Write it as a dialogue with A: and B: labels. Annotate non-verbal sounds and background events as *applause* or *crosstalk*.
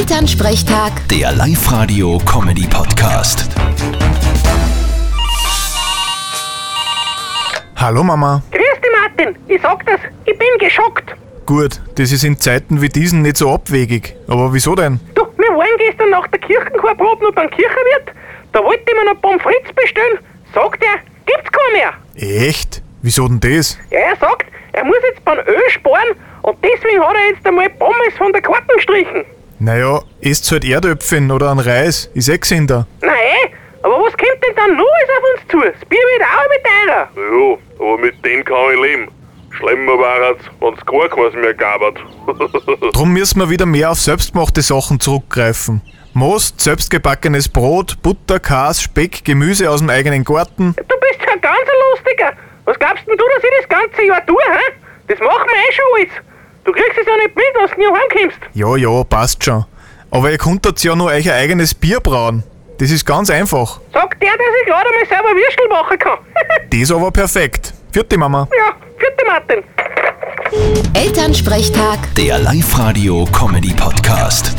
A: Elternsprechtag,
B: Der Live-Radio-Comedy-Podcast.
C: Hallo Mama.
D: Grüß dich, Martin. Ich sag das, ich bin geschockt.
C: Gut, das ist in Zeiten wie diesen nicht so abwegig. Aber wieso denn?
D: Du, wir waren gestern nach der Kirchenchorprobe noch beim Kirchenwirt. Da wollte ich mir noch Pommes frites bestellen. Sagt er, gibt's keine mehr.
C: Echt? Wieso denn das?
D: Ja, er sagt, er muss jetzt beim Öl sparen und deswegen hat er jetzt einmal Pommes von der Karten gestrichen.
C: Naja, esst halt Erdöpfchen oder einen Reis, ist eh gesünder.
D: Nein, eh, aber was kommt denn dann noch alles auf uns zu? Das Bier wird auch immer teurer.
E: Ja, aber mit dem kann ich leben. Schlimmer war es, wenn es gar keins mehr gab.
C: Drum müssen wir wieder mehr auf selbstgemachte Sachen zurückgreifen. Most, selbstgebackenes Brot, Butter, Käse, Speck, Gemüse aus dem eigenen Garten.
D: Du bist ja ganz ein Lustiger. Was glaubst denn du, dass ich das ganze Jahr tue, hä? Das machen wir eh schon alles. Du kriegst es ja nicht mit, wenn du nicht heimkommst.
C: Ja, ja, passt schon. Aber ihr könntet ja nur euer eigenes Bier brauen. Das ist ganz einfach.
D: Sagt der, dass ich gerade mal selber Würstel machen kann. *laughs*
C: Das aber perfekt. Vierte Mama.
D: ja, vierte Martin.
A: Elternsprechtag.
B: Der Live-Radio-Comedy-Podcast.